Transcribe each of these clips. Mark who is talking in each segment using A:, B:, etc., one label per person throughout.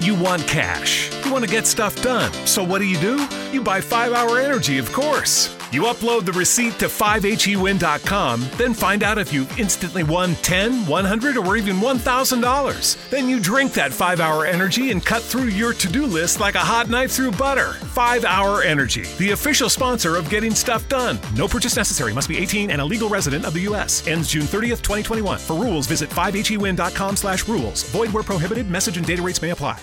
A: You want cash. You want to get stuff done. So what do you do? You buy 5 Hour Energy, of course. You upload the receipt to E 5hewin.com, then find out if you instantly won 10, 100 or even $1,000. Then you drink that 5 Hour Energy and cut through your to-do list like a hot knife through butter. 5 Hour Energy, the official sponsor of getting stuff done. No purchase necessary. Must be 18 and a legal resident of the US. Ends June 30th, 2021. For rules, visit E 5hewin.com/rules. Void where prohibited. Message and data rates may apply.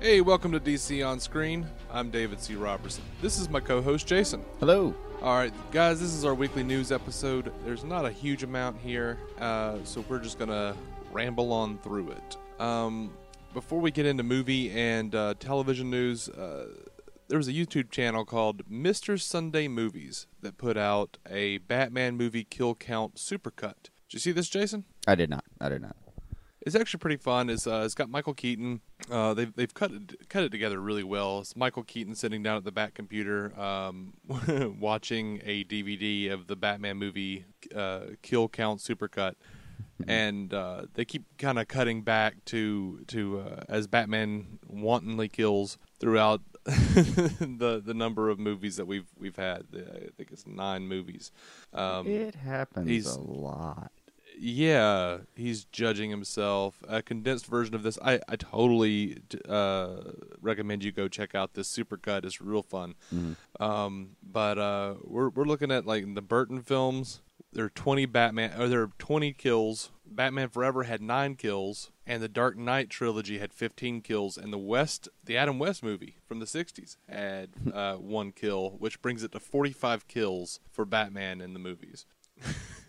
B: Hey, welcome to DC on Screen. I'm David C. Robertson. This is my co host, Jason.
C: Hello.
B: All right, guys, this is our weekly news episode. There's not a huge amount here, uh, so we're just going to ramble on through it. Um, before we get into movie and uh, television news, uh, there was a YouTube channel called Mr. Sunday Movies that put out a Batman movie kill count supercut. Did you see this, Jason?
C: I did not. I did not.
B: It's actually pretty fun. It's, uh, it's got Michael Keaton. Uh, they've they've cut it, cut it together really well. It's Michael Keaton sitting down at the back computer, um, watching a DVD of the Batman movie uh, Kill Count Supercut, and uh, they keep kind of cutting back to to uh, as Batman wantonly kills throughout the the number of movies that we've we've had. I think it's nine movies. Um,
C: It happens
B: He's-
C: a lot.
B: yeah he's judging himself a condensed version of this i, I totally d- uh, recommend you go check out this supercut it's real fun um, but uh, we're, we're looking at like the burton films there are 20 batman or there are 20 kills batman forever had 9 kills and the dark knight trilogy had 15 kills and the west the adam west movie from the 60s had uh, one kill which brings it to 45 kills for batman in the movies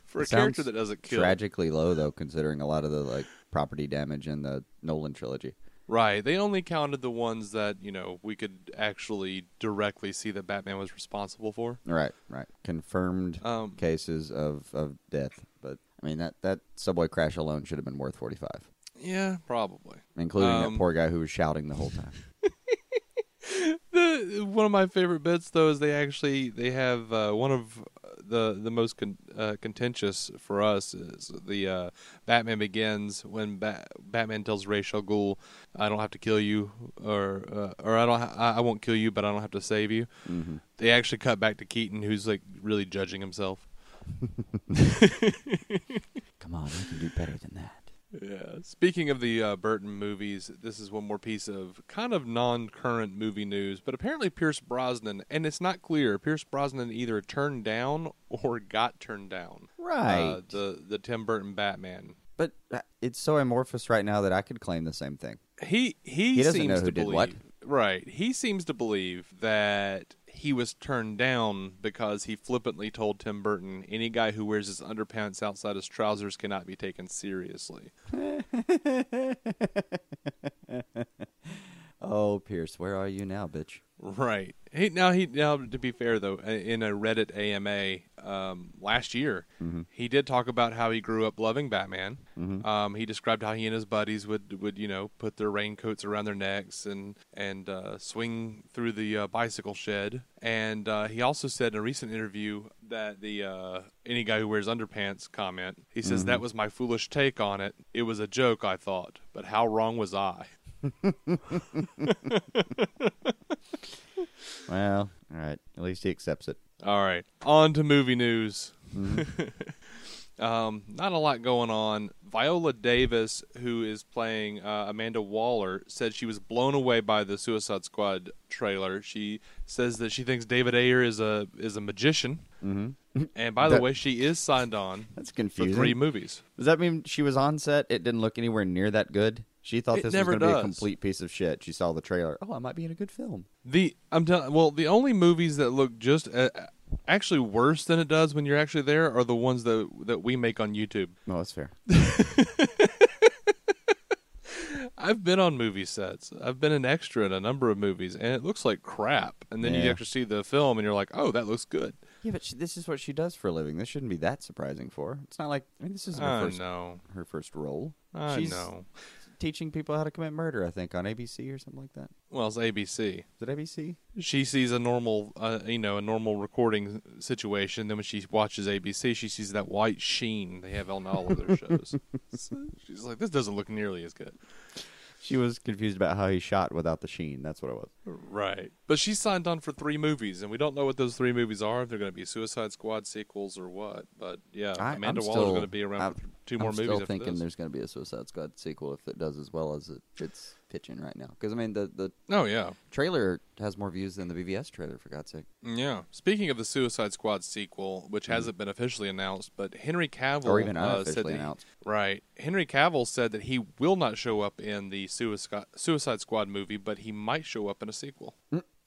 B: for a character
C: Sounds
B: that doesn't kill
C: Tragically low though, considering a lot of the like property damage in the Nolan trilogy.
B: Right. They only counted the ones that, you know, we could actually directly see that Batman was responsible for.
C: Right, right. Confirmed
B: Um,
C: cases of, of death, but I mean that that subway crash alone should have been worth forty five,
B: Yeah, probably.
C: including
B: Um,
C: that poor guy who was shouting the whole time.
B: The one of my favorite bits though is they actually they have uh, one of the the most con- uh, contentious for us is the uh, Batman Begins when ba- Batman tells Ra's al Ghul, "I don't have to kill you, or uh, or I don't ha- I-, I won't kill you, but I don't have to save you." They actually cut back to Keaton, who's like really judging himself.
C: Come on, we can do better than that.
B: Yeah. Speaking of the uh, Burton movies, this is one more piece of kind of non-current movie news. But apparently, Pierce Brosnan, and it's not clear, Pierce Brosnan either turned down or got turned down.
C: Right.
B: Uh, the the Tim Burton Batman.
C: But uh, it's so amorphous right now that I could claim the same thing.
B: He he,
C: He doesn't
B: seems
C: know who
B: to
C: did
B: believe,
C: what.
B: Right. He seems to believe that he was turned down because he flippantly told Tim Burton, "Any guy who wears his underpants outside his trousers cannot be taken seriously."
C: Oh, Pierce, where are you now, bitch?
B: Right. He, now he now to be fair though, i- in a Reddit AMA um, last year, he did talk about how he grew up loving Batman. Um, he described how he and his buddies would would you know put their raincoats around their necks and and uh, swing through the uh, bicycle shed. And uh, he also said in a recent interview that the uh, any guy who wears underpants comment, he says that was my foolish take on it. It was a joke, I thought, but how wrong was I?
C: Well, all right. At least he accepts it.
B: All right, on to movie news.
C: Mm-hmm.
B: um, not a lot going on. Viola Davis, who is playing uh, Amanda Waller, said she was blown away by the Suicide Squad trailer. She says that she thinks David Ayer is a is a magician. Mm-hmm. And by the
C: That-
B: way, she is signed on
C: That's
B: for
C: confusing.
B: three movies.
C: Does that mean she was on set? It didn't look anywhere near that good. She thought
B: It
C: this
B: never
C: was going to be
B: does.
C: a complete piece of shit. She saw the trailer. Oh, I might be in a good film.
B: The I'm telling well, the only movies that look just uh, actually worse than it does when you're actually there are the ones that that we make on YouTube.
C: No, that's fair.
B: I've been on movie sets. I've been an extra in a number of movies, and it looks like crap. And then you
C: Yeah.
B: actually see the film, and you're like, "Oh, that looks good."
C: Yeah, but she, this is what she does for a living. This shouldn't be that surprising for her. It's not like I mean, this isn't her
B: I
C: first
B: know.
C: her first role.
B: I
C: She's
B: know.
C: teaching people how to commit murder. I think on ABC or something like that.
B: Well, it's ABC.
C: Is it ABC?
B: She sees a normal, uh, you know, a normal recording situation. Then when she watches ABC, she sees that white sheen they have on all of their shows. So she's like, "This doesn't look nearly as good."
C: She was confused about how he shot without the sheen. That's what it was.
B: Right. But she signed on for three movies, and we don't know what those three movies are, if they're going to be Suicide Squad sequels or what. But yeah,
C: I-
B: Amanda Waller's
C: I'm still-
B: going to be around
C: I'm-
B: for two
C: I'm
B: more movies
C: still
B: after
C: thinking
B: this.
C: there's going to be a Suicide Squad sequel if it does as well as it, it's pitching right now. Because I mean, the the
B: Oh, yeah.
C: trailer has more views than the BVS trailer for God's sake.
B: Yeah. Speaking of the Suicide Squad sequel, which hasn't been officially announced, but Henry Cavill
C: Mm-hmm. Or even
B: uh, said
C: unofficially
B: that he-
C: announced.
B: right. Henry Cavill said that he will not show up in the Suicide Suicide Squad movie, but he might show up in a sequel.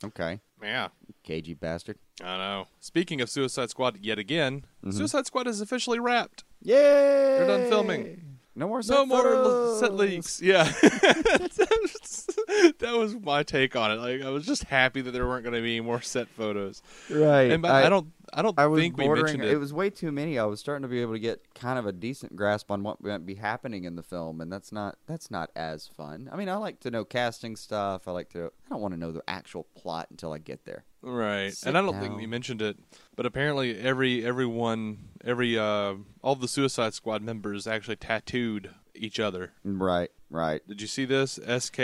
C: Okay,
B: Yeah.
C: cagey bastard.
B: I know. Speaking of Suicide Squad yet again,
C: Mm-hmm.
B: Suicide Squad is officially wrapped.
C: Yay!
B: They're
C: They're
B: done filming.
C: No more.
B: no
C: set
B: more
C: photos!
B: l- set leaks. Yeah, that was my take on it. Like I was just happy that there weren't going to be any more set photos.
C: Right.
B: And I, I don't, I don't
C: I was
B: think we
C: bordering-
B: mentioned
C: it.
B: it.
C: was way too many. I was starting to be able to get kind of a decent grasp on what might be happening in the film, and that's not that's not as fun. I mean, I like to know casting stuff. I like to. I don't want to know the actual plot until I get there.
B: right.
C: Sit
B: And I don't think
C: down.
B: we mentioned it. But apparently, every everyone, every uh, all the Suicide Squad members actually tattooed each other.
C: Right. Right.
B: Did you see this? SK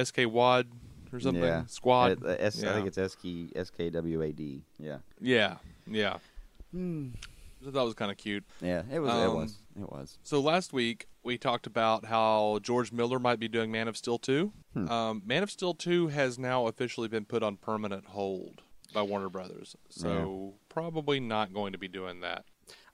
B: SK Wad or something. Squad.
C: Uh, the S-
B: yeah.
C: I think it's SK, SKWAD. Yeah.
B: yeah. Yeah.
C: Hmm.
B: So that was kind of cute.
C: Yeah. It was. it
B: Um,
C: was. It was.
B: So last week we talked about how George Miller might be doing Man of Steel 2.
C: Hmm.
B: Um, Man of Steel 2 has now officially been put on permanent hold by Warner Brothers. So probably not going to be doing that.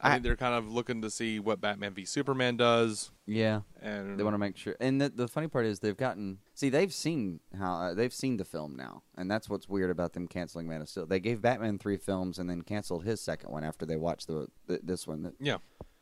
B: I,
C: I-
B: think they're kind of looking to see what Batman v Superman does
C: Yeah.
B: and
C: They want to make sure. And the, the funny part is they've gotten. See, they've seen how uh, they've seen the film now, and that's what's weird about them canceling Man of Steel. They gave Batman three films and then canceled his second one after they watched the, th this one. That-
B: yeah.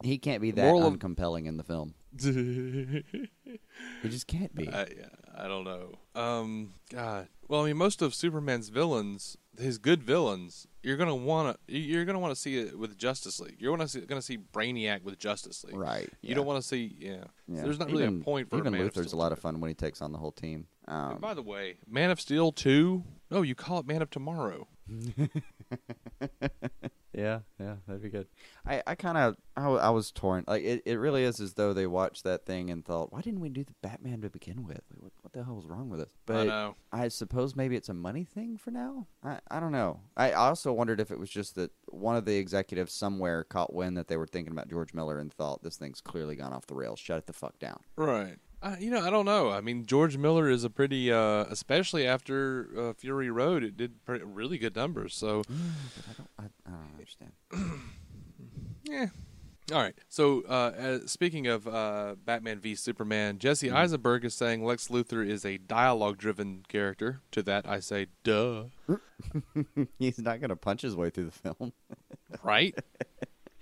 C: He can't be that
B: moral of-
C: uncompelling in the film. He just can't be.
B: I, I don't know. Um, God. Well, I mean, most of Superman's villains, his good villains, you're gonna want to you're gonna want to see it with Justice League. You're gonna see, gonna see Brainiac with Justice League.
C: Right,
B: You
C: yeah.
B: don't want to see. Yeah.
C: Yeah.
B: There's not really
C: Even-
B: a point for
C: even
B: Man of
C: Luther's a
B: Steel.
C: lot of fun when he takes on the whole team. Um,
B: By the way, Man of Steel two. No, you call it Man of Tomorrow.
C: Yeah, yeah, that'd be good. I, I kind of, I, w- I was torn. Like it, it really is as though they watched that thing and thought, why didn't we do the Batman to begin with? Like, What, what the hell was wrong with us? But
B: know.
C: I suppose maybe it's a money thing for now. I, I don't know. I also wondered if it was just that one of the executives somewhere caught wind that they were thinking about George Miller and thought this thing's clearly gone off the rails. Shut it the fuck down.
B: Right. I, you know, I don't know. I mean, George Miller is a pretty, uh, especially after uh, Fury Road, it did pretty, really good numbers. So,
C: I, I don't understand.
B: Yeah. All right. So, uh, as, speaking of uh, Batman v Superman, Jesse
C: Mm-hmm.
B: Eisenberg is saying Lex Luthor is a dialogue-driven character. To that, I say, duh.
C: He's not gonna punch his way through the film.
B: Right?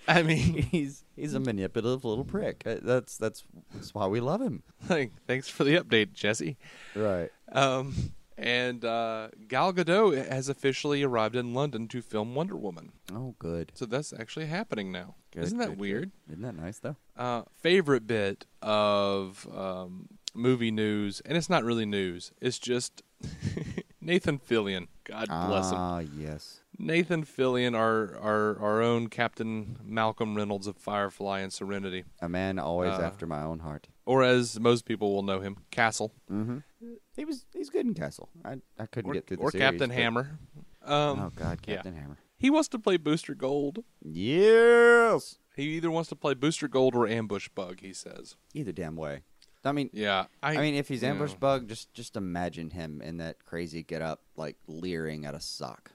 B: I mean,
C: he's he's a manipulative little prick. Uh, That's that's that's why we love him.
B: like, thanks for the update, Jesse.
C: Right.
B: Um, and uh, Gal Gadot has officially arrived in London to film Wonder Woman.
C: Oh, good.
B: So that's actually happening now.
C: Good,
B: Isn't that
C: good, good.
B: weird?
C: Isn't that nice though?
B: uh, favorite bit of um, movie news, and it's not really news. It's just Nathan Fillion. God bless him.
C: Ah, yes.
B: Nathan Fillion, our, our our own Captain Malcolm Reynolds of Firefly and Serenity,
C: A man always
B: Uh.
C: after my own heart.
B: or as most people will know him, Castle,
C: He was he's good in Castle. I I couldn't
B: or,
C: get through the
B: or
C: series,
B: Captain
C: but-
B: Hammer. Um,
C: Oh God,
B: yeah.
C: Captain Hammer.
B: He wants to play Booster Gold.
C: Yes.
B: He either wants to play Booster Gold or Ambush Bug. He says,
C: Either damn way. I mean,
B: "Yeah, I,
C: I mean, if he's
B: yeah.
C: ambush bug, just just imagine him in that crazy get up, like leering at a sock.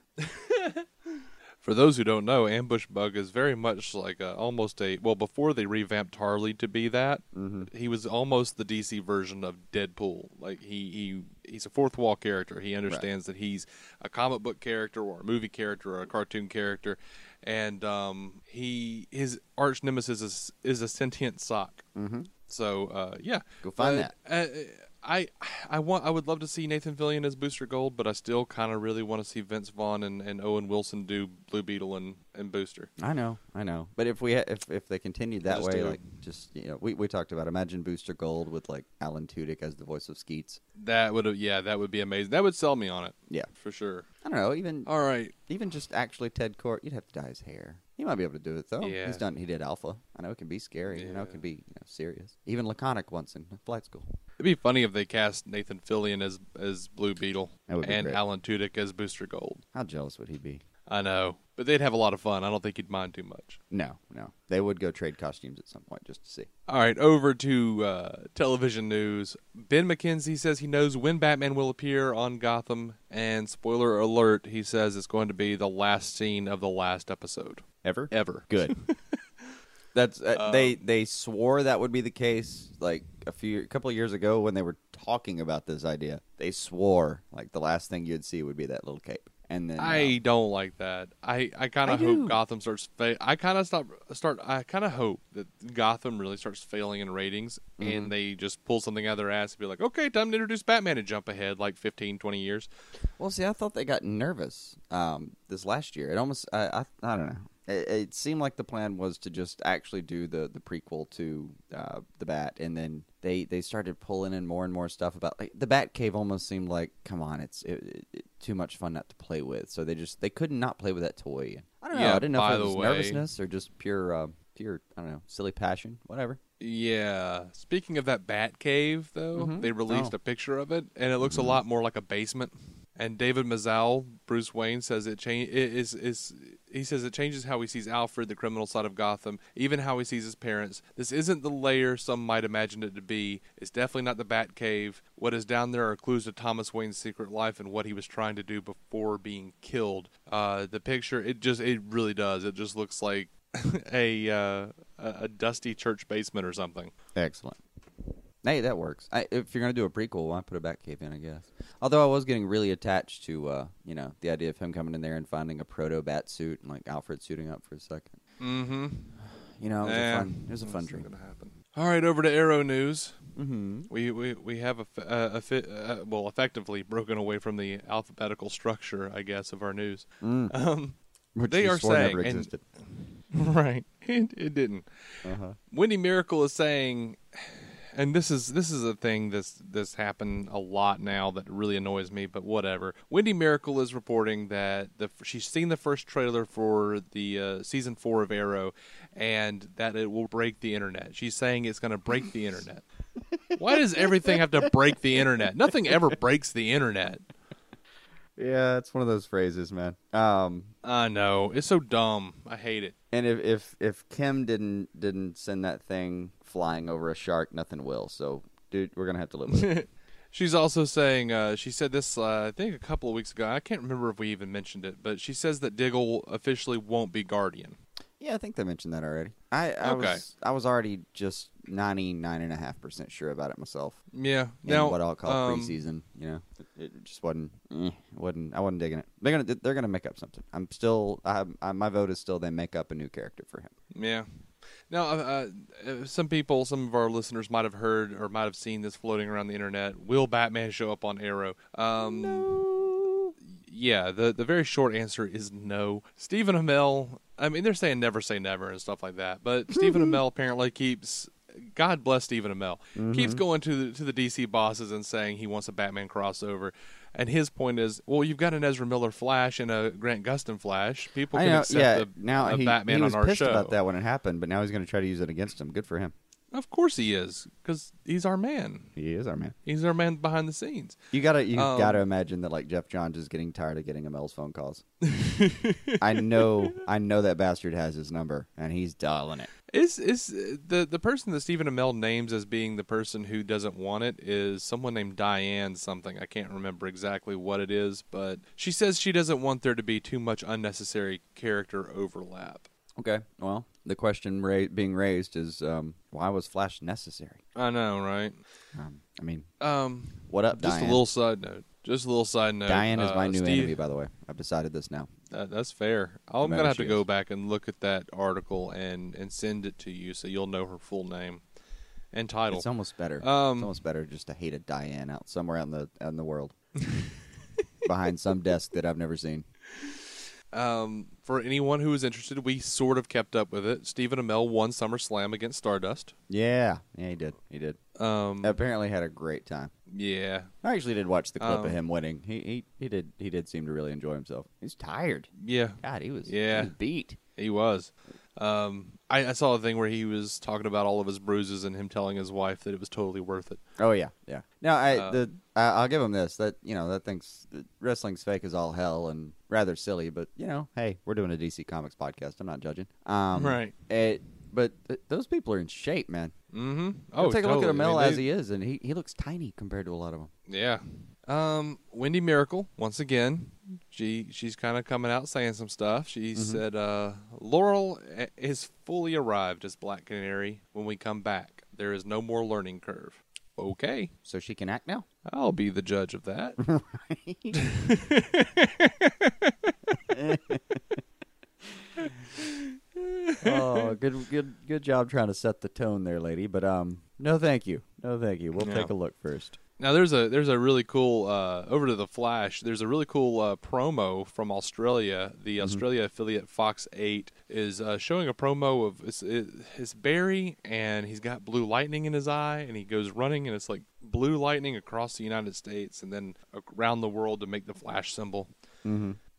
B: for those who don't know, Ambush Bug is very much like a, almost a well before they revamped Harley to be that
C: Mm-hmm.
B: he was almost the DC version of Deadpool. Like he he he's a fourth wall character. He understands that he's a comic book character or a movie character or a cartoon character, and um, he his arch nemesis is is a sentient sock. Mm-hmm. So uh, yeah,
C: Go find
B: Uh,
C: that.
B: uh, I I want I would love to see Nathan Fillion as Booster Gold, but I still kind of really want to see Vince Vaughn and, and Owen Wilson do Blue Beetle and, and Booster.
C: I know, I know. But if we ha- if if they continued that
B: Just
C: way,
B: do it.
C: like just you know, we we talked about imagine Booster Gold with like Alan Tudyk as the voice of Skeets.
B: That would have yeah that would be amazing. That would sell me on it.
C: Yeah.
B: for sure.
C: I don't know, even
B: All right,
C: even just actually Ted Court, you'd have to dye his hair. He might be able to do it though.
B: Yeah.
C: He's done. He did Alpha. I know it can be scary. I know it can be you know, serious. Even laconic once in flight school.
B: it'd be funny if they cast Nathan Fillion as as Blue Beetle
C: That would be
B: and
C: great.
B: Alan Tudyk as Booster Gold.
C: How jealous would he be?
B: I know, but they'd have a lot of fun. I don't think you'd mind too much.
C: No, no. They would go trade costumes at some point just to see.
B: All right, over to uh, television news. Ben McKenzie says he knows when Batman will appear on Gotham, and spoiler alert, he says it's going to be the last scene of the last episode
C: Ever?
B: ever. Um,
C: Good. That's uh, they they swore that would be the case like a few a couple of years ago when they were talking about this idea. They swore like the last thing you'd see would be that little cape. And then uh,
B: I don't like that. I, I kind
C: I
B: of
C: do.
B: hope Gotham starts. Fa- I kind of stop start. I kind of hope that Gotham really starts failing in ratings,
C: Mm-hmm.
B: and they just pull something out of their ass and be like, "Okay, time to introduce Batman," and jump ahead like 15, 20 years.
C: Well, see, I thought they got nervous um, this last year. It almost, I, I, I don't know. It, it seemed like the plan was to just actually do the, the prequel to uh, the Bat, and then they, they started pulling in more and more stuff about like the Bat Cave. Almost seemed like, come on, it's it, it, it- too much fun not to play with. So they just they could not play with that toy. I don't know.
B: Yeah,
C: I didn't know
B: by
C: if it
B: the
C: was
B: way-
C: nervousness or just pure uh, pure I don't know silly passion, whatever.
B: Yeah. Speaking of that bat cave, though, they released
C: Oh.
B: a picture of it, and it looks a lot more like a basement. And David Mazzal, Bruce Wayne, says it change is is he says it changes how he sees Alfred, the criminal side of Gotham, even how he sees his parents. This isn't the lair some might imagine it to be. It's definitely not the Bat Cave. What is down there are clues to Thomas Wayne's secret life and what he was trying to do before being killed. Uh, the picture, it just it really does. It just looks like a uh, a a dusty church basement or something.
C: Excellent. Hey, that works. I, if you're gonna do a prequel, why put a bat cave in? I guess. Although I was getting really attached to, uh, you know, the idea of him coming in there and finding a proto bat suit and like Alfred suiting up for a second.
B: Mm-hmm.
C: You know, it was
B: Yeah.
C: a fun. It was a fun dream.
B: All right, over to Arrow news. Mm-hmm. We we we have a, uh, a fi- uh, well, effectively broken away from the alphabetical structure, I guess, of our news. Um,
C: Which
B: They
C: you
B: are
C: swore never
B: saying, and-
C: existed.
B: right, it, it didn't. Wendy Miracle is saying, and this is this is a thing that's that's happened a lot now that really annoys me, but whatever. Wendy Miracle is reporting that the she's seen the first trailer for the uh, season four of Arrow, and that it will break the internet. She's saying it's going to break the internet. Why does everything have to break the internet? Nothing ever breaks the internet.
C: yeah, it's one of those phrases, man. Um,
B: I know it's so dumb. I hate it.
C: and if if if Kim didn't didn't send that thing flying over a shark, nothing will. So, dude, we're gonna have to live with it.
B: She's also saying uh, she said this uh, I think a couple of weeks ago. I can't remember if we even mentioned it, but she says that Diggle officially won't be Guardian.
C: Yeah, I think they mentioned that already. I, I
B: Okay.
C: was I was already just ninety nine and a half percent sure about it myself.
B: Yeah.
C: In
B: Now
C: what I'll call
B: um,
C: preseason, you know, it, it just wasn't, eh, wasn't. I wasn't digging it. They're gonna they're gonna make up something. I'm still I, I, my vote is still they make up a new character for him.
B: Yeah. Now, uh, uh, some people, some of our listeners might have heard or might have seen this floating around the internet. Will Batman show up on Arrow? Um, Yeah, the, the very short answer is no. Stephen Amell, I mean, they're saying never say never and stuff like that, but Stephen Amell apparently keeps, God bless Stephen Amell, keeps
C: Mm-hmm.
B: going to the, to the DC bosses and saying he wants a Batman crossover. And his point is, well, you've got an Ezra Miller Flash and a Grant Gustin Flash. People
C: I
B: can
C: know.
B: accept
C: Yeah.
B: the,
C: now
B: a
C: he,
B: Batman
C: he was
B: on our
C: pissed
B: show.
C: about that when it happened, but now he's gonna try to use it against him. Good for him.
B: Of course he is, because he's our man.
C: He is our man.
B: He's our man behind the scenes.
C: You gotta you
B: Um,
C: gotta imagine that like Jeff Johns is getting tired of getting Amel's phone calls. I know I know that bastard has his number and he's dialing it.
B: Is is the the person that Stephen Amell names as being the person who doesn't want it is someone named Diane something. I can't remember exactly what it is, but she says she doesn't want there to be too much unnecessary character overlap.
C: Okay. Well, the question ra- being raised is um, why was Flash necessary?
B: I know, right?
C: Um, I mean,
B: Um,
C: what up,
B: just
C: Diane?
B: a little side note. Just a little side note.
C: Diane is
B: Uh,
C: my new
B: Steve-
C: enemy, by the way. I've decided this now.
B: That, that's fair. I'm
C: matter
B: gonna have
C: she
B: to go
C: is.
B: back and look at that article and and send it to you so you'll know her full name and title.
C: It's almost better.
B: Um,
C: it's almost better just to hate a Diane out somewhere out in the out in the world, behind some desk that I've never seen.
B: Um, for anyone who is interested, we sort of kept up with it. Stephen Amell won SummerSlam against Stardust.
C: Yeah, yeah, he did. He did.
B: Um,
C: Apparently, had a great time.
B: yeah,
C: I actually did watch the clip
B: Um,
C: of him winning. He, he he did he did seem to really enjoy himself. He's tired.
B: yeah,
C: God, he was
B: Yeah.
C: he was beat.
B: he was. Um, I, I saw a thing where he was talking about all of his bruises and him telling his wife that it was totally worth it.
C: Oh yeah, yeah. No, I
B: Uh,
C: the I, I'll give him this. That you know that thing's wrestling's fake as all hell and rather silly. But you know, hey, we're doing a DC Comics podcast. I'm not judging. Um,
B: Right.
C: It, but th- those people are in shape, man.
B: Mm-hmm.
C: Go
B: Oh,
C: take a look
B: totally.
C: at
B: I
C: Amel
B: mean,
C: as
B: they-
C: he is, and he, he looks tiny compared to a lot of them.
B: Yeah. Um, Wendy Miracle once again. She she's kind of coming out saying some stuff. She said, uh, "Laurel i- is fully arrived as Black Canary. When we come back, there is no more learning curve." Okay,
C: So she can act now.
B: I'll be the judge of that.
C: oh, good good good job trying to set the tone there, lady. But um, no, thank you, no, thank you. We'll
B: Yeah.
C: take a look first.
B: now there's a there's a really cool uh, over to the Flash. There's a really cool uh, promo from Australia. The
C: Mm-hmm.
B: Australia affiliate Fox Eight is uh, showing a promo of it's, it- it's Barry and he's got blue lightning in his eye and he goes running and it's like blue lightning across the United States and then around the world to make the Flash symbol.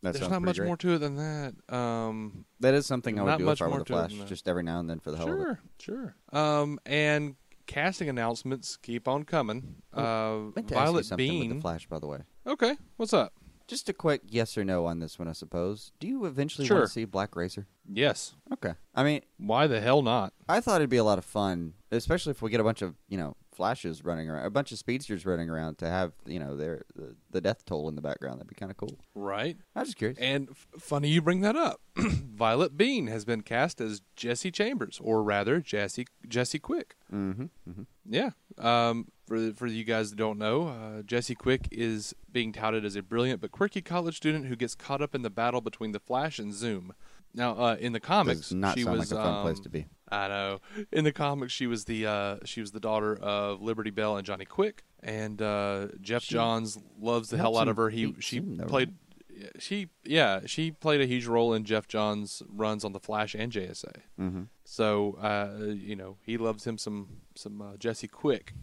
C: That
B: there's
C: sounds
B: not
C: pretty
B: much
C: great.
B: more to it than that. Um,
C: That is something I would
B: Not
C: do
B: much
C: if I were
B: more
C: the
B: to it than
C: Flash,
B: that.
C: just every now and then for the hell of it.
B: sure, sure. Um, and casting announcements keep on coming. Uh,
C: meant to ask you
B: Violet
C: something
B: Bean.
C: with the Flash, by the way.
B: Okay, what's up?
C: Just a quick yes or no on this one, I suppose. Do you eventually
B: Sure.
C: want to see Black Racer?
B: Yes.
C: Okay. I mean,
B: Why the hell not?
C: I thought it'd be a lot of fun, especially if we get a bunch of you know flashes running around, a bunch of speedsters running around to have you know their the, the death toll in the background. That'd be kind of cool.
B: Right.
C: I'm just curious.
B: And f- funny you bring that up. Violet Bean has been cast as Jesse Chambers, or rather Jesse Jesse Quick. Mm-hmm. Yeah. Um, for for you guys that don't know, uh, Jesse Quick is being touted as a brilliant but quirky college student who gets caught up in the battle between the Flash and Zoom. Now, uh, in the comics,
C: Does not
B: she
C: sound
B: was
C: like a fun
B: um,
C: place to be.
B: I know. In the comics, she was the uh, she was the daughter of Liberty Bell and Johnny Quick, and uh, Jeff Johns loves the hell
C: helps
B: out
C: him
B: of her. He
C: beat
B: she
C: Zoom, though,
B: played she yeah she played a huge role in Jeff Johns' runs on the Flash and JSA. Mm-hmm. So uh, you know he loves him some some uh, Jesse Quick.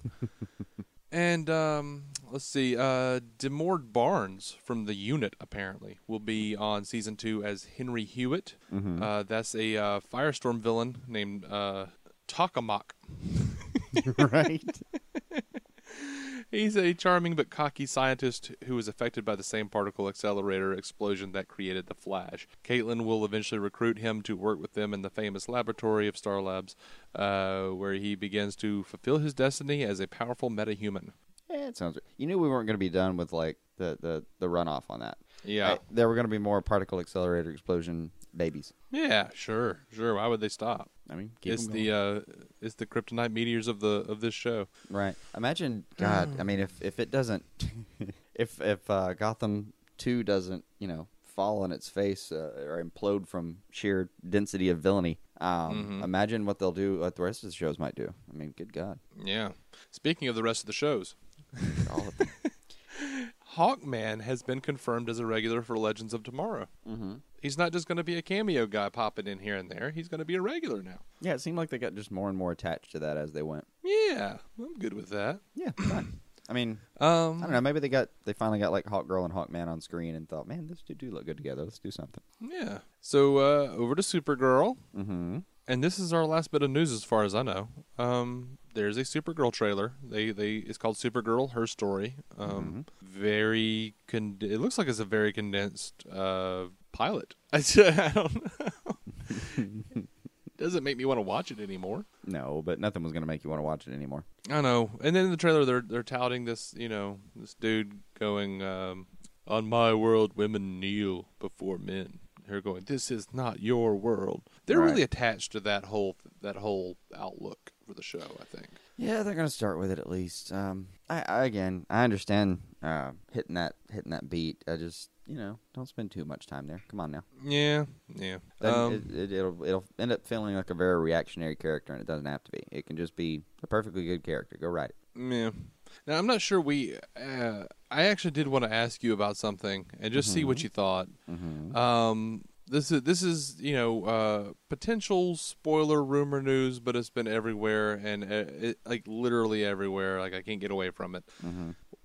B: And um, let's see, uh, Demord Barnes from the unit apparently will be on season two as Henry Hewitt. Uh, that's a uh, Firestorm villain named uh, Takamak.
C: right?
B: He's a charming but cocky scientist who was affected by the same particle accelerator explosion that created the Flash. Caitlin will eventually recruit him to work with them in the famous laboratory of Star Labs, uh, where he begins to fulfill his destiny as a powerful metahuman.
C: Yeah, it sounds. You knew we weren't going to be done with like the the the runoff on that.
B: Yeah.
C: I- there were going to be more particle accelerator explosion babies.
B: Yeah, sure, sure. Why would they stop?
C: I mean, keep
B: it's
C: 'em
B: the uh, it's the kryptonite meteors of the of this show.
C: Right. Imagine God. I mean, if if it doesn't, if if uh, Gotham Two doesn't, you know, fall on its face uh, or implode from sheer density of villainy, um, imagine what they'll do. What the rest of the shows might do. I mean, good God,
B: Yeah. Speaking of the rest of the shows,
C: all of them.
B: Hawkman has been confirmed as a regular for Legends of Tomorrow. Mm-hmm. He's not just going to be a cameo guy popping in here and there. He's going to be a regular now.
C: yeah, it seemed like they got just more and more attached to that as they went.
B: Yeah, I'm good with that.
C: Yeah. Fine. I mean, I
B: Um,
C: don't know. Maybe they got they finally got like Hawk Girl and Hawkman on screen and thought, man, those two do look good together. Let's do something.
B: yeah. So uh, over to Supergirl,
C: Mm-hmm.
B: and this is our last bit of news as far as I know. Um, there's a Supergirl trailer. They they it's called Supergirl: Her Story. Um, very con- it looks like it's a very condensed uh pilot. I, ju- I don't know. doesn't make me want to watch it anymore.
C: No, but nothing was going to make you want to watch it anymore.
B: I know. And then in the trailer, they're they're touting this, you know, this dude going, um, "On my world, women kneel before men." They're going, "This is not your world." They're
C: Right.
B: really attached to that whole that whole outlook for the show. I think.
C: Yeah, they're going to start with it at least. Um, I, I again, I understand uh, hitting that hitting that beat. I just you know don't spend too much time there. Come on now.
B: Yeah, yeah.
C: Then
B: um,
C: it, it, it'll it'll end up feeling like a very reactionary character, and it doesn't have to be. It can just be a perfectly good character. Go write it.
B: Yeah. Now I'm not sure we. Uh, I actually did want to ask you about something and just see what you thought. Um, this is this is you know uh, potential spoiler rumor news, but it's been everywhere and uh, it, like literally everywhere. Like I can't get away from it.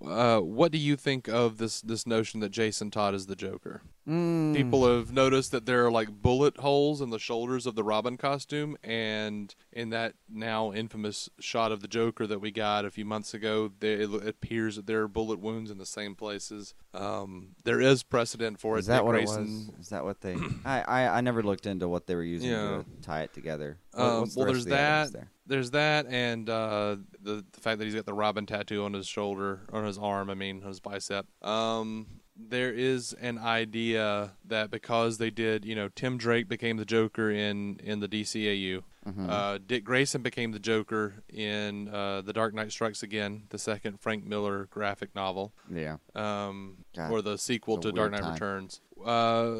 B: Uh, what do you think of this this notion that Jason Todd is the Joker?
C: Mm.
B: People have noticed that there are like bullet holes in the shoulders of the Robin costume, and in that now infamous shot of the Joker that we got a few months ago, there, it appears that there are bullet wounds in the same places. Um, there is precedent for it.
C: Is that
B: Dick
C: what
B: Grayson-
C: it was? Is that what they? I, I, I never looked into what they were using
B: Yeah.
C: to tie it together. What-
B: Um,
C: what's the
B: well,
C: rest
B: there's
C: of the evidence
B: that.
C: there?
B: There's that, and uh, the the fact that he's got the Robin tattoo on his shoulder, on his arm. I mean, on his bicep. Um, there is an idea that because they did, you know, Tim Drake became the Joker in in the DCAU.
C: Mm-hmm.
B: Uh, Dick Grayson became the Joker in uh, the Dark Knight Strikes Again, the second Frank Miller graphic novel,
C: Yeah.
B: um,
C: God,
B: or the sequel
C: it's a
B: to Dark
C: weird
B: Knight
C: time.
B: Returns. Uh,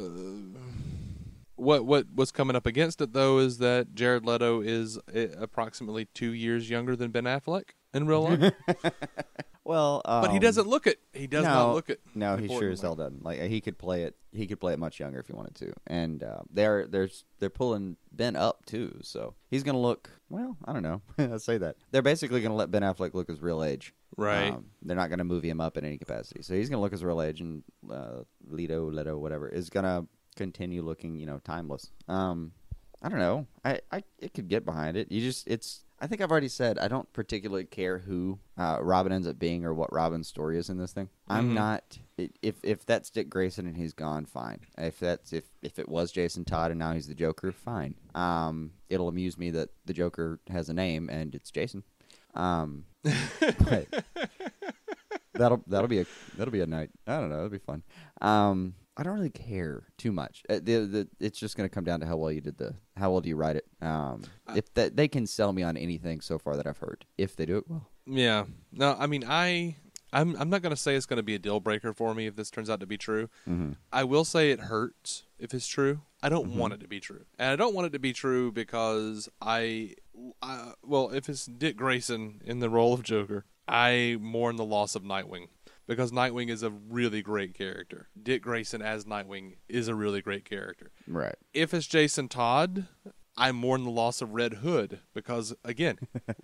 B: what what what's coming up against it though is that Jared Leto is uh, approximately two years younger than Ben Affleck in real life,
C: Well, um,
B: but he doesn't look it. He does
C: no,
B: not look it.
C: No, he sure as
B: importantly.
C: hell doesn't. Like he could play it. He could play it much younger if he wanted to. And uh, they're they're they're pulling Ben up too, so he's gonna look. Well, I don't know. I say that they're basically gonna let Ben Affleck look his real age. Um,
B: Right.
C: they're not gonna move him up in any capacity. So he's gonna look his real age, and uh, Leto, Leto, whatever, is gonna continue looking, you know, timeless. Um, I don't know. I, I it could get behind it. You just it's. I think I've already said I don't particularly care who uh, Robin ends up being or what Robin's story is in this thing. I'm not. i- If if that's Dick Grayson and he's gone, fine. If that's if if it was Jason Todd and now he's the Joker, fine. Um, it'll amuse me that the Joker has a name and it's Jason. Um, but that'll that'll be a that'll be a night. I don't know. That'll be fun. Um, I don't really care too much. Uh, the, the, it's just going to come down to how well you did the how well do you write it. Um, if that they can sell me on anything so far that I've heard, if they do it well.
B: Yeah. No, I mean I I'm I'm not going to say it's going to be a deal breaker for me if this turns out to be true. I will say it hurts if it's true. I don't want it to be true. And I don't want it to be true because I, I well, if it's Dick Grayson in the role of Joker, I mourn the loss of Nightwing because Nightwing is a really great character. Dick Grayson as Nightwing is a really great character
C: Right.
B: if it's Jason Todd, I mourn the loss of Red Hood because again,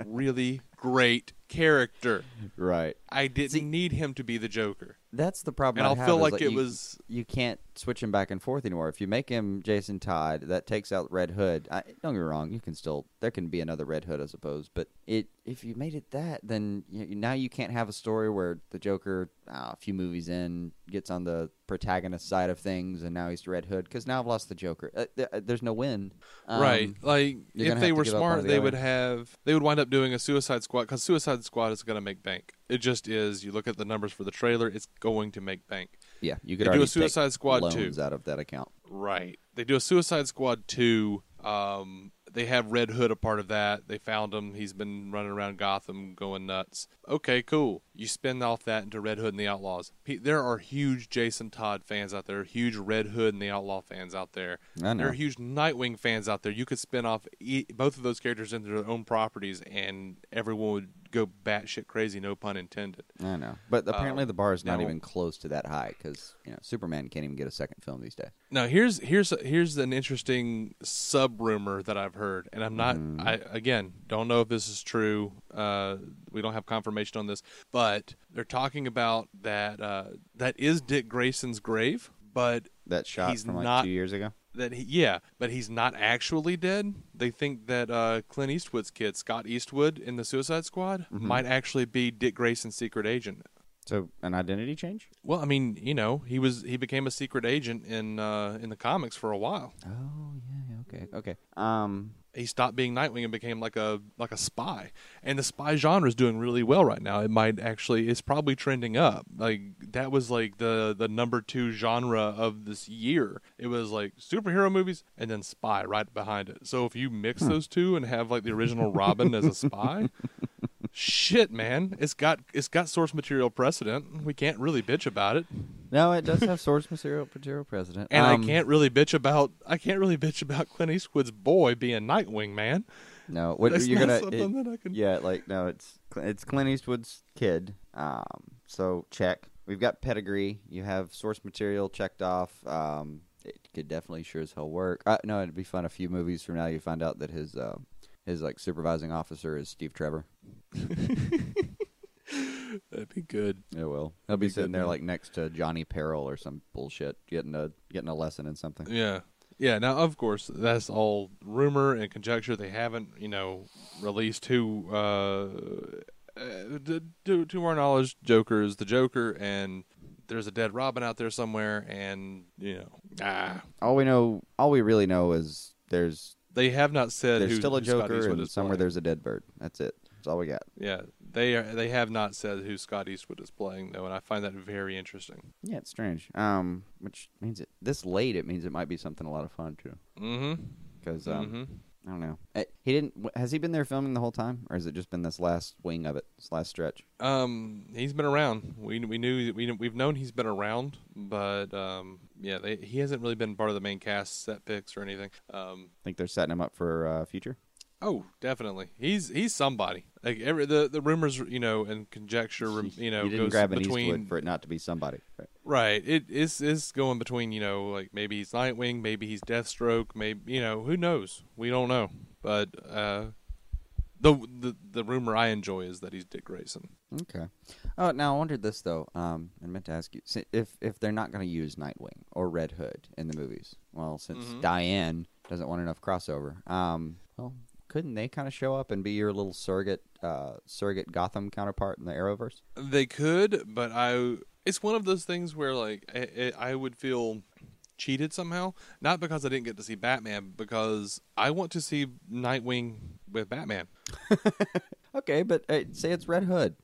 B: really great character.
C: Right.
B: I didn't need him to be the Joker.
C: That's the problem.
B: And
C: I
B: I'll
C: have
B: feel
C: is
B: like
C: that
B: it
C: you-
B: was-
C: You can't switch him back and forth anymore. If you make him Jason Todd, that takes out Red Hood. I, don't get me wrong. You can still there can be another Red Hood, I suppose. But it if you made it that, then you, now you can't have a story where the Joker, ah, a few movies in, gets on the protagonist side of things, and now he's the Red Hood because now I've lost the Joker. Uh, th- uh, there's no win. Um,
B: right. Like
C: you're gonna
B: if they
C: have to
B: were
C: give up one or
B: smart,
C: the
B: they
C: other.
B: would have they would wind up doing a Suicide Squad cuz Suicide Squad is going to make bank. It just is. You look at the numbers for the trailer, it's going to make bank.
C: Yeah, you could
B: They do a
C: already take
B: Suicide Squad too.
C: loans out of that account.
B: Right. They do a Suicide Squad 2. Um, they have Red Hood a part of that. They found him. He's been running around Gotham going nuts. Okay, cool. You spin off that into Red Hood and the Outlaws. P- There are huge Jason Todd fans out there, huge Red Hood and the Outlaw fans out there.
C: I know.
B: There are huge Nightwing fans out there. You could spin off e- both of those characters into their own properties, and everyone would go batshit crazy, no pun intended.
C: I know, but apparently the bar is not
B: now-
C: even close to that high because you know Superman can't even get a second film these days.
B: Now here's here's here's an interesting sub rumor that I've heard, and I'm not
C: Mm-hmm.
B: I again don't know if this is true. Uh, we don't have confirmation on this, but they're talking about that uh, that is Dick Grayson's grave, but
C: That shot
B: He's
C: from like
B: not-
C: two years ago.
B: that he, yeah, but he's not actually dead. They think that uh, Clint Eastwood's kid Scott Eastwood in the Suicide Squad
C: Mm-hmm.
B: might actually be Dick Grayson's secret agent.
C: So an identity change?
B: Well, I mean, you know, he was he became a secret agent in uh, in the comics for a while.
C: Oh yeah, yeah, okay, okay. Um,
B: he stopped being Nightwing and became like a like a spy. And the spy genre is doing really well right now. It might actually it's probably trending up. Like that was like the the number 2 genre of this year. It was like superhero movies and then spy right behind it. So if you mix those two and have like the original Robin as a spy, shit man, it's got it's got source material precedent. We can't really bitch about it.
C: No, it does have source material, material president.
B: And
C: Um,
B: I can't really bitch about I can't really bitch about Clint Eastwood's boy being Nightwing, man.
C: No, what
B: That's
C: you're
B: not
C: gonna?
B: something
C: it-
B: that I can-
C: Yeah, like no, it's Cl- it's Clint Eastwood's kid. Um, so check. We've got pedigree. You have source material checked off. Um, it could definitely sure as hell work. Uh, no, it'd be fun. A few movies from now, you find out that his uh, his like supervising officer is Steve Trevor.
B: That'd be good.
C: Oh well, he'll be, sitting
B: good,
C: there
B: man.
C: like next to Johnny Peril or some bullshit, getting a getting a lesson in something.
B: Yeah. Yeah, now of course that's all rumor and conjecture. They haven't, you know, released who uh, uh d- to to our knowledge Joker is the Joker and there's a dead Robin out there somewhere and you know, ah,
C: All we know, all we really know is there's
B: they have not said
C: there's
B: who
C: still a
B: who Scott
C: Joker
B: Eastwood
C: and
B: is
C: somewhere
B: playing.
C: there's a dead bird. That's it. That's all we got.
B: Yeah, they are, they have not said who Scott Eastwood is playing though, and I find that very interesting.
C: Yeah, it's strange. Um, which means it this late. It means it might be something a lot of fun too.
B: Mm-hmm.
C: Because um, I don't know. Eh, he didn't. wh- Has he been there filming the whole time, or has it just been this last wing of it, this last stretch?
B: Um, he's been around. We we knew we kn- we've known he's been around, but um, yeah, they, he hasn't really been part of the main cast set picks or anything. Um,
C: Think they're setting him up for uh, future.
B: oh, definitely, he's he's somebody. Like every the, the rumors, you know, and conjecture, rem- you know,
C: you didn't
B: goes
C: grab an
B: between
C: Eastwood for it not to be somebody. Right.
B: right. It is is going between you know, like maybe he's Nightwing, maybe he's Deathstroke, maybe you know, who knows? We don't know. But uh, the the the rumor I enjoy is that he's Dick Grayson.
C: Okay. Oh, now I wondered this though. Um, I meant to ask you si- if if they're not going to use Nightwing or Red Hood in the movies. Well, since
B: Mm-hmm.
C: Diane doesn't want enough crossover, um, well, couldn't they kind of show up and be your little surrogate uh, surrogate Gotham counterpart in the Arrowverse?
B: They could, but I. It's one of those things where like I, I I would feel cheated somehow, not because I didn't get to see Batman, because I want to see Nightwing with Batman.
C: Okay, but uh, say it's Red Hood.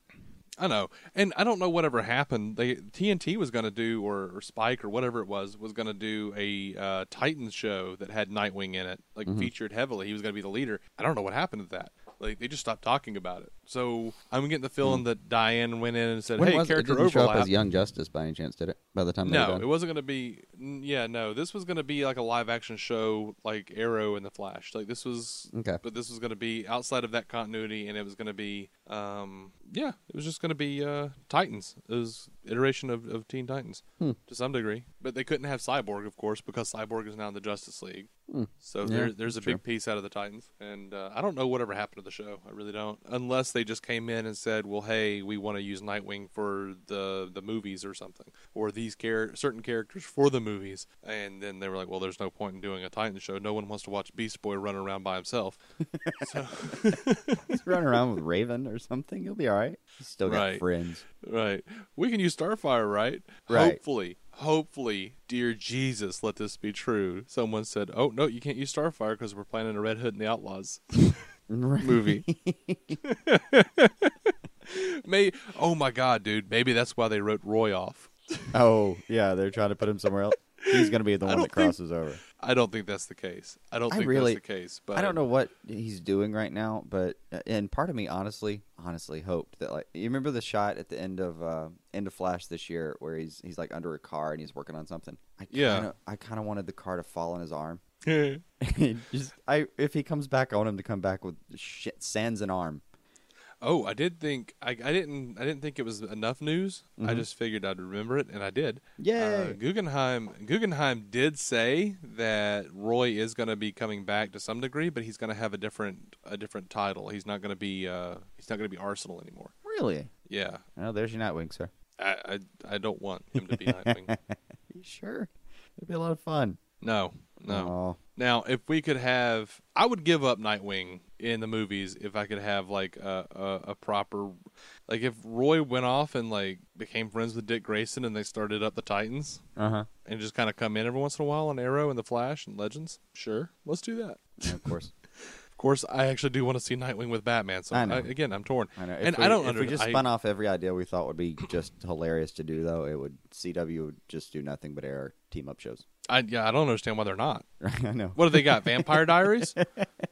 B: I know, and I don't know whatever happened. They TNT was going to do, or, or Spike, or whatever it was, was going to do a uh, Titans show that had Nightwing in it, like
C: Mm-hmm.
B: featured heavily. He was going to be the leader. I don't know what happened to that. Like they just stopped talking about it. So I'm getting the feeling that Diane went in and said,
C: Mm. When
B: "Hey,
C: was it?
B: character
C: it didn't show
B: overlap."
C: up as Young Justice by any chance? Did it? By the time they were
B: No,
C: done?
B: it wasn't going to be. n- Yeah, no, this was going to be like a live action show, like Arrow and the Flash. Like this was,
C: Okay.
B: but this was going to be outside of that continuity, and it was going to be, um, yeah, it was just going to be uh, Titans. It was iteration of, of Teen Titans to some degree, but they couldn't have Cyborg, of course, because Cyborg is now in the Justice League. So there, there's a big piece out of the Titans, and uh, I don't know whatever happened to the show. I really don't, unless they just came in and said, "Well, hey, we want to use Nightwing for the the movies or something, or these char- certain characters for the movies." And then they were like, "Well, there's no point in doing a Titans show. No one wants to watch Beast Boy run around by himself." so,
C: Just run around with Raven or something. You'll be all right. You still got
B: Right.
C: friends.
B: right, we can use Starfire, right?
C: Right.
B: Hopefully, hopefully, dear Jesus, let this be true. Someone said, "Oh no, you can't use Starfire because we're planning a Red Hood and the Outlaws." movie. May oh my god, dude, maybe that's why they wrote Roy off.
C: Oh yeah, they're trying to put him somewhere else. He's going to be the one
B: don't
C: that
B: think-
C: crosses over.
B: I don't think that's the case. I don't
C: I
B: think
C: really-
B: that's the case. But
C: I don't know what he's doing right now, but uh, and part of me honestly, honestly hoped that like you remember the shot at the end of uh end of Flash this year where he's he's like under a car and he's working on something. I
B: Yeah.
C: kinda, I kind of wanted the car to fall on his arm.
B: know.
C: Just I if he comes back, I want him to come back with shit sans an arm.
B: oh, I did think I, I didn't I didn't think it was enough news. I just figured I'd remember it, and I did. Yeah,
C: Yay.
B: Guggenheim Guggenheim did say that Roy is going to be coming back to some degree, but he's going to have a different a different title. He's not going to be uh, he's not going to be Arsenal anymore.
C: Really?
B: Yeah,
C: Oh, there's your Nightwing, sir.
B: I I, I don't want him to be Nightwing.
C: You sure? It'd be a lot of fun.
B: No, no.
C: Oh.
B: Now, if we could have, I would give up Nightwing in the movies if I could have like a, a, a proper, like if Roy went off and like became friends with Dick Grayson and they started up the Titans
C: Uh huh.
B: and just kind of come in every once in a while on Arrow and the Flash and Legends. Sure, let's do that.
C: of course.
B: Of course, I actually do want to see Nightwing with Batman. So
C: I know.
B: I- again, I'm torn.
C: I know. If
B: And
C: we,
B: I don't
C: If
B: under-
C: we just
B: I-
C: spun off every idea we thought would be just hilarious to do, though, it would CW would just do nothing but air team up shows.
B: I, yeah, I don't understand why they're not.
C: Right? I know.
B: What do they got? Vampire Diaries,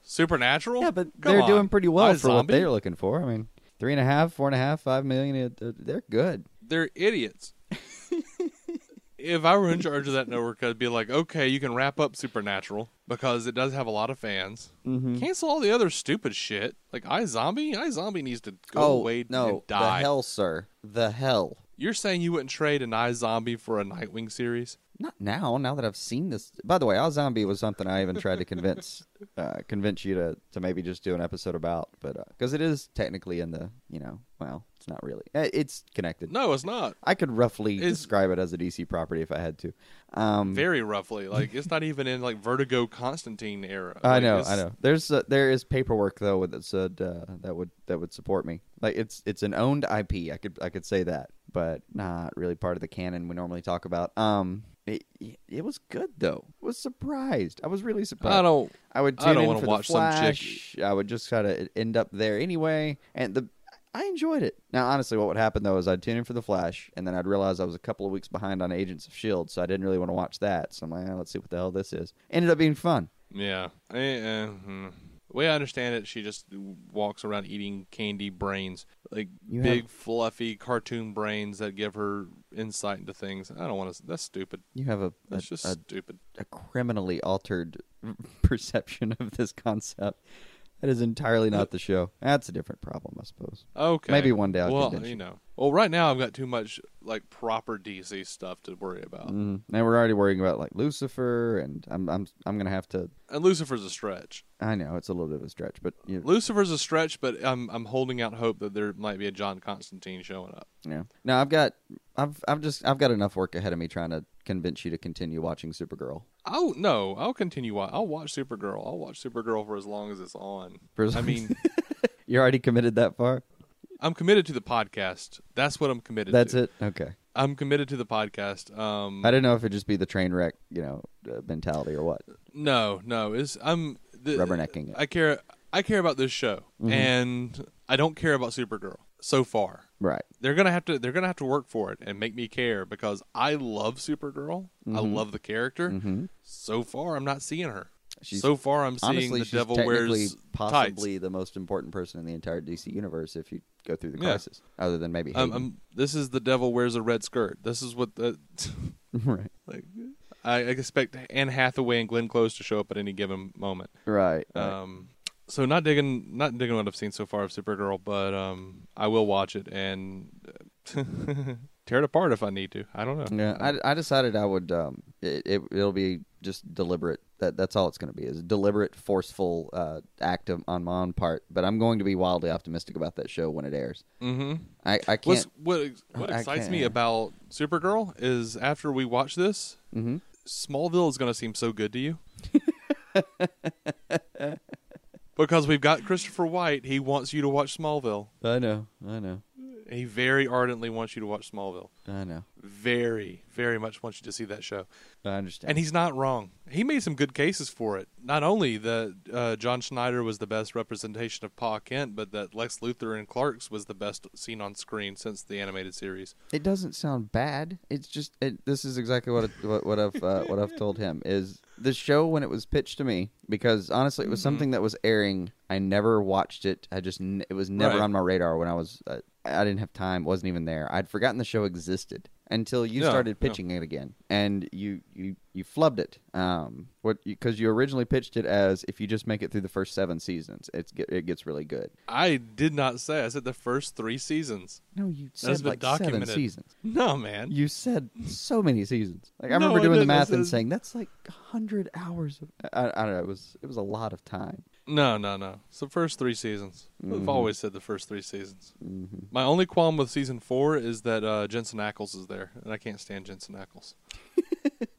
B: Supernatural.
C: yeah, but
B: Come
C: they're
B: on.
C: doing pretty well
B: Why
C: for what
B: Zombie?
C: they're looking for. I mean, three and a half, four and a half, five million. it- it- They're good.
B: They're idiots. if I were in charge of that network, I'd be like, okay, you can wrap up Supernatural because it does have a lot of fans.
C: Mm-hmm.
B: Cancel all the other stupid shit. Like I Zombie, I Zombie needs to go away
C: Oh, no,
B: and die.
C: the hell, sir, the hell.
B: You're saying you wouldn't trade an I Zombie for a Nightwing series?
C: Not now. Now that I've seen this. By the way, Our Zombie was something I even tried to convince uh, convince you to, to maybe just do an episode about, but because it is technically in the you know, well, it's not really. Uh, It's connected.
B: No, it's not.
C: I could roughly
B: It's-
C: describe it as a DC property if I had to. Um,
B: Very roughly, like it's not even in like Vertigo Constantine era.
C: I
B: Like,
C: know, I
B: it's-
C: know. There's uh, there is paperwork though with that said uh, that would that would support me. Like it's it's an owned IP. I could I could say that, but not really part of the canon we normally talk about. Um, it it was good though. I was surprised. I was really surprised.
B: I don't.
C: I would tune
B: I don't
C: in
B: want
C: for
B: to
C: the
B: watch some chick
C: Flash. I would just kind of end up there anyway. And the I enjoyed it. Now, honestly, what would happen though is I'd tune in for the Flash, and then I'd realize I was a couple of weeks behind on Agents of Shield, so I didn't really want to watch that. So I'm like, "Ah, let's see what the hell this is. Ended up being fun.
B: Yeah. Eh, eh, hmm. The way I understand it, she just walks around eating candy brains, like
C: You
B: big,
C: have-
B: fluffy cartoon brains that give her insight into things. I don't want to. That's stupid.
C: You have a a,
B: That's just
C: a,
B: stupid.
C: a criminally altered perception of this concept. That is entirely not the show. That's a different problem, I suppose.
B: Okay.
C: Maybe one day I'll
B: Well,
C: convince
B: you
C: you.
B: know. Well, right now I've got too much like proper DC stuff to worry about,
C: Mm, now we're already worrying about like Lucifer, and I'm I'm I'm gonna have to.
B: and Lucifer's a stretch.
C: I know it's a little bit of a stretch, but you,
B: Lucifer's a stretch, but I'm I'm holding out hope that there might be a John Constantine showing up.
C: Yeah. No, I've got I've I've just I've got enough work ahead of me trying to convince you to continue watching Supergirl.
B: Oh no! I'll continue. wa- I'll watch Supergirl. I'll watch Supergirl for as long as it's on.
C: For as
B: I
C: long as-
B: mean.
C: You're already committed that far?
B: I'm committed to the podcast. That's what I'm committed
C: That's
B: to.
C: it. Okay.
B: I'm committed to the podcast. Um
C: I didn't know if it'd just be the train wreck, you know, uh, mentality or what.
B: no, no. Is I'm the,
C: Rubbernecking it. Mm-hmm.
B: I care I care about this show and I don't care about Supergirl so far.
C: Right.
B: They're going to have to they're going to have to work for it and make me care because I love Supergirl. I
C: Mm-hmm.
B: love the character. So far I'm not seeing her.
C: She's-
B: so far I'm seeing
C: Honestly,
B: the
C: she's
B: devil
C: technically
B: wears
C: possibly
B: tights.
C: the most important person in the entire DC universe if you go through the
B: Yeah.
C: crisis, other than maybe
B: Um,
C: Hayden.
B: um, this is the devil wears a red skirt. This is what the
C: right.
B: Like, I I expect Anne Hathaway and Glenn Close to show up at any given moment.
C: Right. right.
B: Um, so not digging, not digging what I've seen so far of Supergirl, but um, I will watch it and uh, tear it apart if I need to. I don't know.
C: Yeah, I, I decided I would. Um, it, it it'll be just deliberate. That that's all it's going to be is a deliberate, forceful uh, act of, on my own part. But I'm going to be wildly optimistic about that show when it airs. Mm-hmm. I I can't. Oh,
B: What's, what ex- what
C: I
B: excites
C: can't.
B: me about Supergirl is after we watch this,
C: Mm-hmm.
B: Smallville is going to seem so good to you. because we've got Christopher White. He wants you to watch Smallville.
C: I know. I know.
B: He very ardently wants you to watch Smallville.
C: I know.
B: very, very much wants you to see that show.
C: I understand.
B: And he's not wrong. He made some good cases for it. Not only that uh, John Schneider was the best representation of Pa Kent, but that Lex Luthor and Clark's was the best seen on screen since the animated series.
C: it doesn't sound bad. It's just it, this is exactly what it, what, what I've uh, what I've told him is the show when it was pitched to me because honestly
B: Mm-hmm.
C: it was something that was airing. I never watched it. I just n- it was never
B: Right.
C: on my radar when I was uh, I didn't have time. wasn't even there. I'd forgotten the show existed until you
B: Yeah,
C: started
B: yeah.
C: pitching it again, and you you you flubbed it. Um, what because you originally pitched it as if you just make it through the first seven seasons, it's get- it gets really good.
B: I did not say. I said the first three seasons.
C: No, you
B: That's
C: said
B: been
C: like
B: documented.
C: seven seasons.
B: No, man.
C: You said so many seasons. Like I
B: No,
C: remember
B: I
C: doing the
B: didn't. I
C: math and
B: said-
C: saying that's like hundred hours. Of, I, I don't know. It was it was a lot of time.
B: No, no, no. It's the first three seasons. I've always said the first three seasons. My only qualm with season four is that uh, Jensen Ackles is there, and I can't stand Jensen Ackles.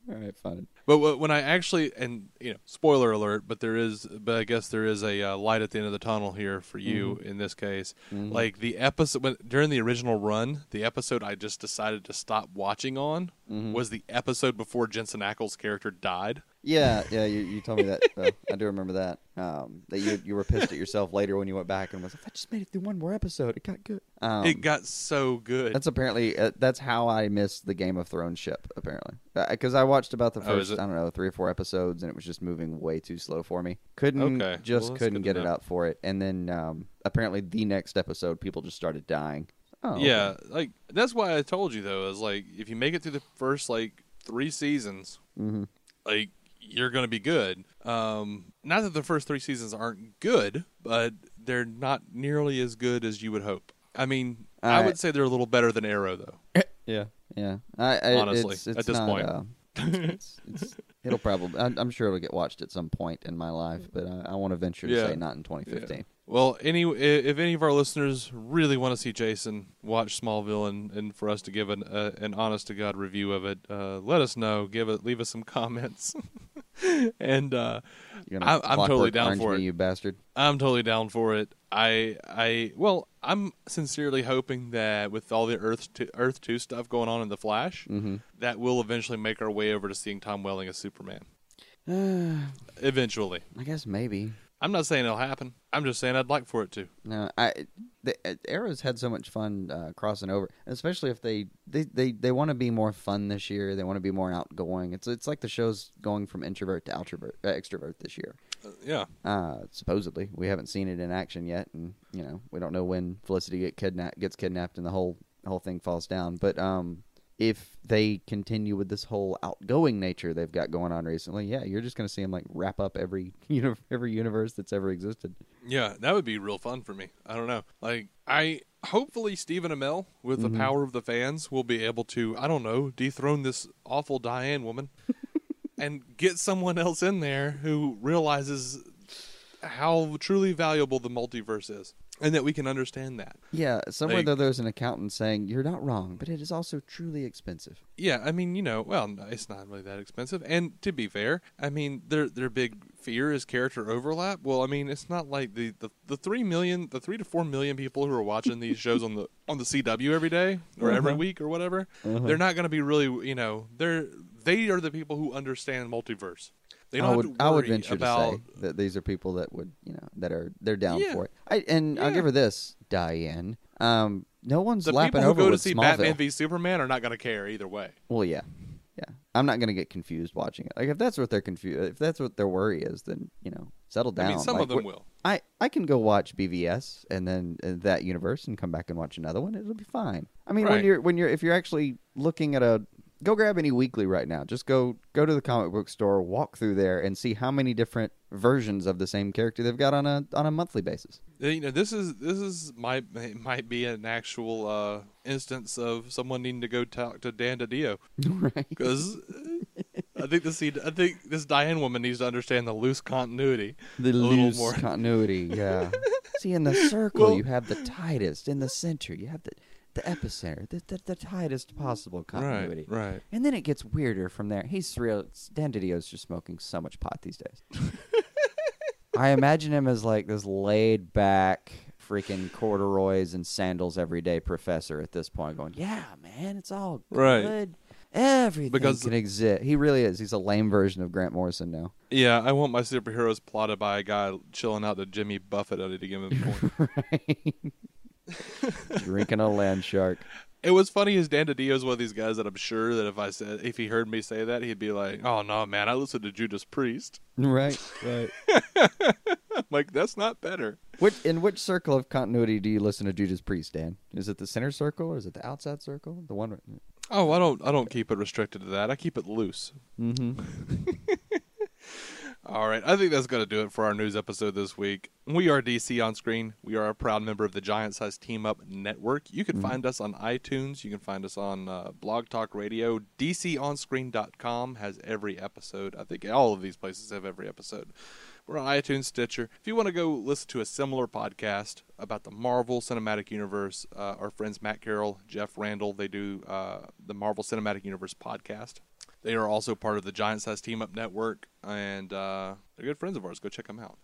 C: All right, fine.
B: But wh- when I actually, and you know, spoiler alert, but there is, but I guess there is a uh, light at the end of the tunnel here for you in this case. Like the episode when, during the original run, the episode I just decided to stop watching on was the episode before Jensen Ackles' character died,
C: Yeah, yeah, you, you told me that. though. I do remember that. Um, that you you were pissed at yourself later when you went back and was like, I just made it through one more episode. It got good. Um,
B: it got so good.
C: that's apparently uh, that's how I missed the Game of Thrones ship. Apparently, because I watched about the
B: Oh, is it?
C: first I don't know three or four episodes, and it was just moving way too slow for me. Couldn't
B: Okay.
C: just
B: Well, that's
C: couldn't
B: good to
C: get it
B: know.
C: up for it. And then um, apparently the next episode, people just started dying. Oh, okay.
B: yeah, like that's why I told you though is like if you make it through the first like three seasons,
C: Mm-hmm.
B: like you're gonna be good. Um, not that the first three seasons aren't good, but they're not nearly as good as you would hope. I mean, I
C: Alright.
B: would say they're a little better than Arrow though.
C: Yeah, yeah. I, I,
B: Honestly,
C: it's, it's
B: at this
C: not,
B: point.
C: uh, it's, it's, it'll probably. I'm, I'm sure it'll get watched at some point in my life, but I, I want to venture to
B: Yeah.
C: say not in 2015.
B: Well, any i- if any of our listeners really want to see Jason watch Smallville and, and for us to give an uh, an honest to god review of it, uh, let us know. Give it, leave us some comments, and uh,
C: You're
B: I, I'm totally
C: clockwork
B: down
C: orange
B: for
C: me,
B: it.
C: you bastard.
B: I'm totally down for it. I I well, I'm sincerely hoping that with all the Earth to, Earth Two stuff going on in the Flash,
C: Mm-hmm.
B: that we'll eventually make our way over to seeing Tom Welling as Superman. eventually,
C: I guess maybe.
B: I'm not saying it'll happen. I'm just saying I'd like for it to.
C: No, I the, uh, Arrows had so much fun uh, crossing over, especially if they they, they, they want to be more fun this year. They want to be more outgoing. It's it's like the show's going from introvert to outrovert, uh, extrovert this year.
B: Uh, yeah.
C: Uh, supposedly, we haven't seen it in action yet, and you know we don't know when Felicity get kidnapped, gets kidnapped, and the whole whole thing falls down. But um, if they continue with this whole outgoing nature they've got going on recently, yeah, you're just going to see them like wrap up every uni- every universe that's ever existed.
B: Yeah, that would be real fun for me. I don't know. Like I hopefully Stephen Amell with the power of the fans will be able to, I don't know, dethrone this awful Diane woman and get someone else in there who realizes how truly valuable the multiverse is and that we can understand that.
C: Yeah, somewhere
B: Like-
C: though there's an accountant saying you're not wrong, but it is also truly expensive.
B: Yeah, I mean, you know, well, no, it's not really that expensive. And to be fair, I mean, their their big fear is character overlap. Well, I mean, it's not like the, the, the three million, the three to four million people who are watching these shows on the on the CW every day or
C: Mm-hmm.
B: every week or whatever. They're not going to be really, you know, they're they are the people who understand multiverse. They don't
C: I
B: have
C: would,
B: to
C: I
B: worry
C: would venture
B: about
C: to say that these are people that would, you know, that are they're down
B: Yeah.
C: for it. I and I'll
B: Yeah.
C: give her this, Diane. Um, no one's
B: the people
C: lapping
B: who
C: over
B: go to
C: with
B: see
C: Smallville.
B: Batman v Superman are not going to care either way.
C: well, yeah, yeah. I'm not gonna get confused watching it. Like if that's what they're confused, if that's what their worry is, then you know, settle down.
B: I mean, some
C: Like,
B: of them
C: we're-
B: will.
C: I I can go watch BVS and then uh, that universe and come back and watch another one. It'll be fine. I mean, when
B: Right.
C: you're when you're if you're actually looking at a go grab any weekly right now. Just go go to the comic book store, walk through there, and see how many different versions of the same character they've got on a on a monthly basis.
B: Uh, you know this is this is might might be an actual uh, instance of someone needing to go talk to Dan DiDio
C: right.
B: because I think this I think this Diane woman needs to understand the loose continuity
C: The
B: a
C: loose
B: little more.
C: continuity. Yeah. see, in the circle
B: Well-
C: you have the tightest. In the center you have the the epicenter, the, the, the tightest possible continuity.
B: right, right.
C: And then it gets weirder from there. He's real. Dan Didio's just smoking so much pot these days. I imagine him as like this laid back, freaking corduroys and sandals everyday professor at this point, going, "Yeah, man, it's all
B: Right.
C: good. Everything
B: Because-
C: can exist." He really is. He's a lame version of Grant Morrison now.
B: Yeah, I want my superheroes plotted by a guy chilling out to Jimmy Buffett at any given point.
C: Drinking a land shark.
B: it was funny as Dan DiDio is one of these guys that I'm sure that if I said if he heard me say that he'd be like, "Oh no, man, I listened to Judas Priest."
C: Right. Right.
B: I'm like that's not better.
C: Which in which circle of continuity do you listen to Judas Priest, Dan? Is it the center circle or is it the outside circle? The one
B: Oh, I don't I don't keep it restricted to that. I keep it loose. Mm-hmm. All right, I think that's going to do it for our news episode this week. We are DC on Screen. We are a proud member of the Giant Size Team Up Network. You can find us on iTunes. You can find us on uh, Blog Talk Radio. DCOnScreen.com has every episode. I think all of these places have every episode. We're on iTunes, Stitcher. If you want to go listen to a similar podcast about the Marvel Cinematic Universe, uh, our friends Matt Carroll, Jeff Randall, they do uh, the Marvel Cinematic Universe podcast. They are also part of the Giant Size Team Up Network, and uh, they're good friends of ours. Go check them out.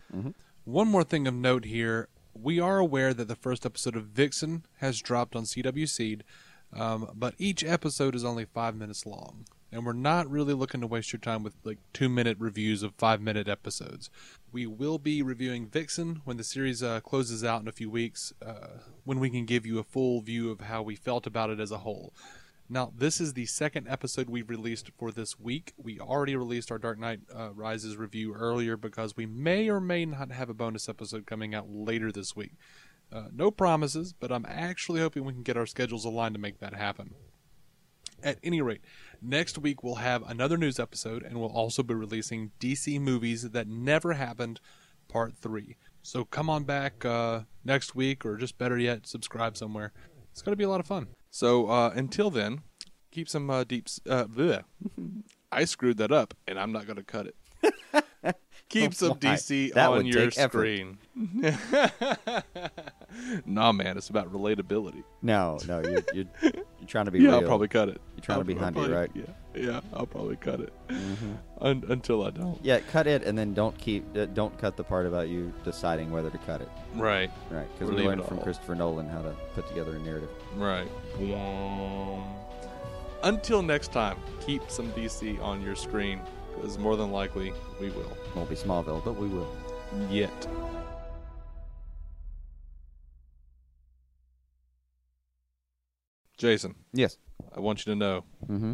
B: One more thing of note here: we are aware that the first episode of Vixen has dropped on CW Seed, um, but each episode is only five minutes long. and we're not really looking to waste your time with like two minute reviews of five minute episodes. We will be reviewing Vixen when the series uh, closes out in a few weeks, uh, when we can give you a full view of how we felt about it as a whole. Now, this is the second episode we've released for this week. We already released our Dark Knight uh, Rises review earlier because we may or may not have a bonus episode coming out later this week. Uh, no promises, but I'm actually hoping we can get our schedules aligned to make that happen. At any rate, next week we'll have another news episode and we'll also be releasing DC Movies That Never Happened Part 3. So come on back uh, next week or just better yet, subscribe somewhere. It's going to be a lot of fun. So uh, until then, keep some uh, deep. s- Uh, bleh. I screwed that up and I'm not going to cut it. keep some
C: Why?
B: DC
C: That
B: on
C: would
B: your
C: take effort.
B: screen. nah, man, it's about relatability.
C: No, no, you're, you're, you're trying to be
B: Yeah,
C: real.
B: I'll probably cut it.
C: You're trying to
B: I'll-
C: be
B: I'll
C: hundy,
B: probably-
C: right? Mm-hmm.
B: Yeah, yeah, I'll probably cut it Un- until I don't.
C: Yeah, cut it and then don't keep uh, don't cut the part about you deciding whether to cut it.
B: Right,
C: Right, because
B: Or
C: we
B: leave it
C: learned from
B: all.
C: Christopher Nolan how to put together a narrative.
B: right. Until next time, keep some DC on your screen, because more than likely we will.
C: Won't be Smallville, but we will.
B: Yet. Jason,
C: Yes.
B: I want you to know
C: Mm-hmm.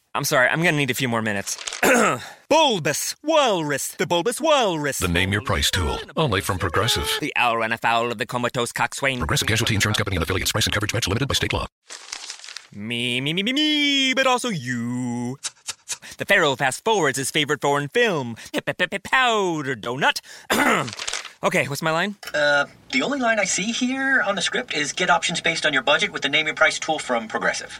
D: I'm sorry, I'm gonna need a few more minutes. bulbous Walrus, the Bulbous Walrus.
E: The Name Your Price tool, only from Progressive.
D: The owl ran afoul of the comatose coxswain.
E: Progressive Casualty Insurance Company and affiliates. Price and coverage match limited by state law.
D: Me, me, me, me, me, but also you. The Pharaoh fast forwards his favorite foreign film, Powder Donut. okay, what's my line?
F: Uh, the only line I see here on the script is get options based on your budget with the name your price tool from Progressive.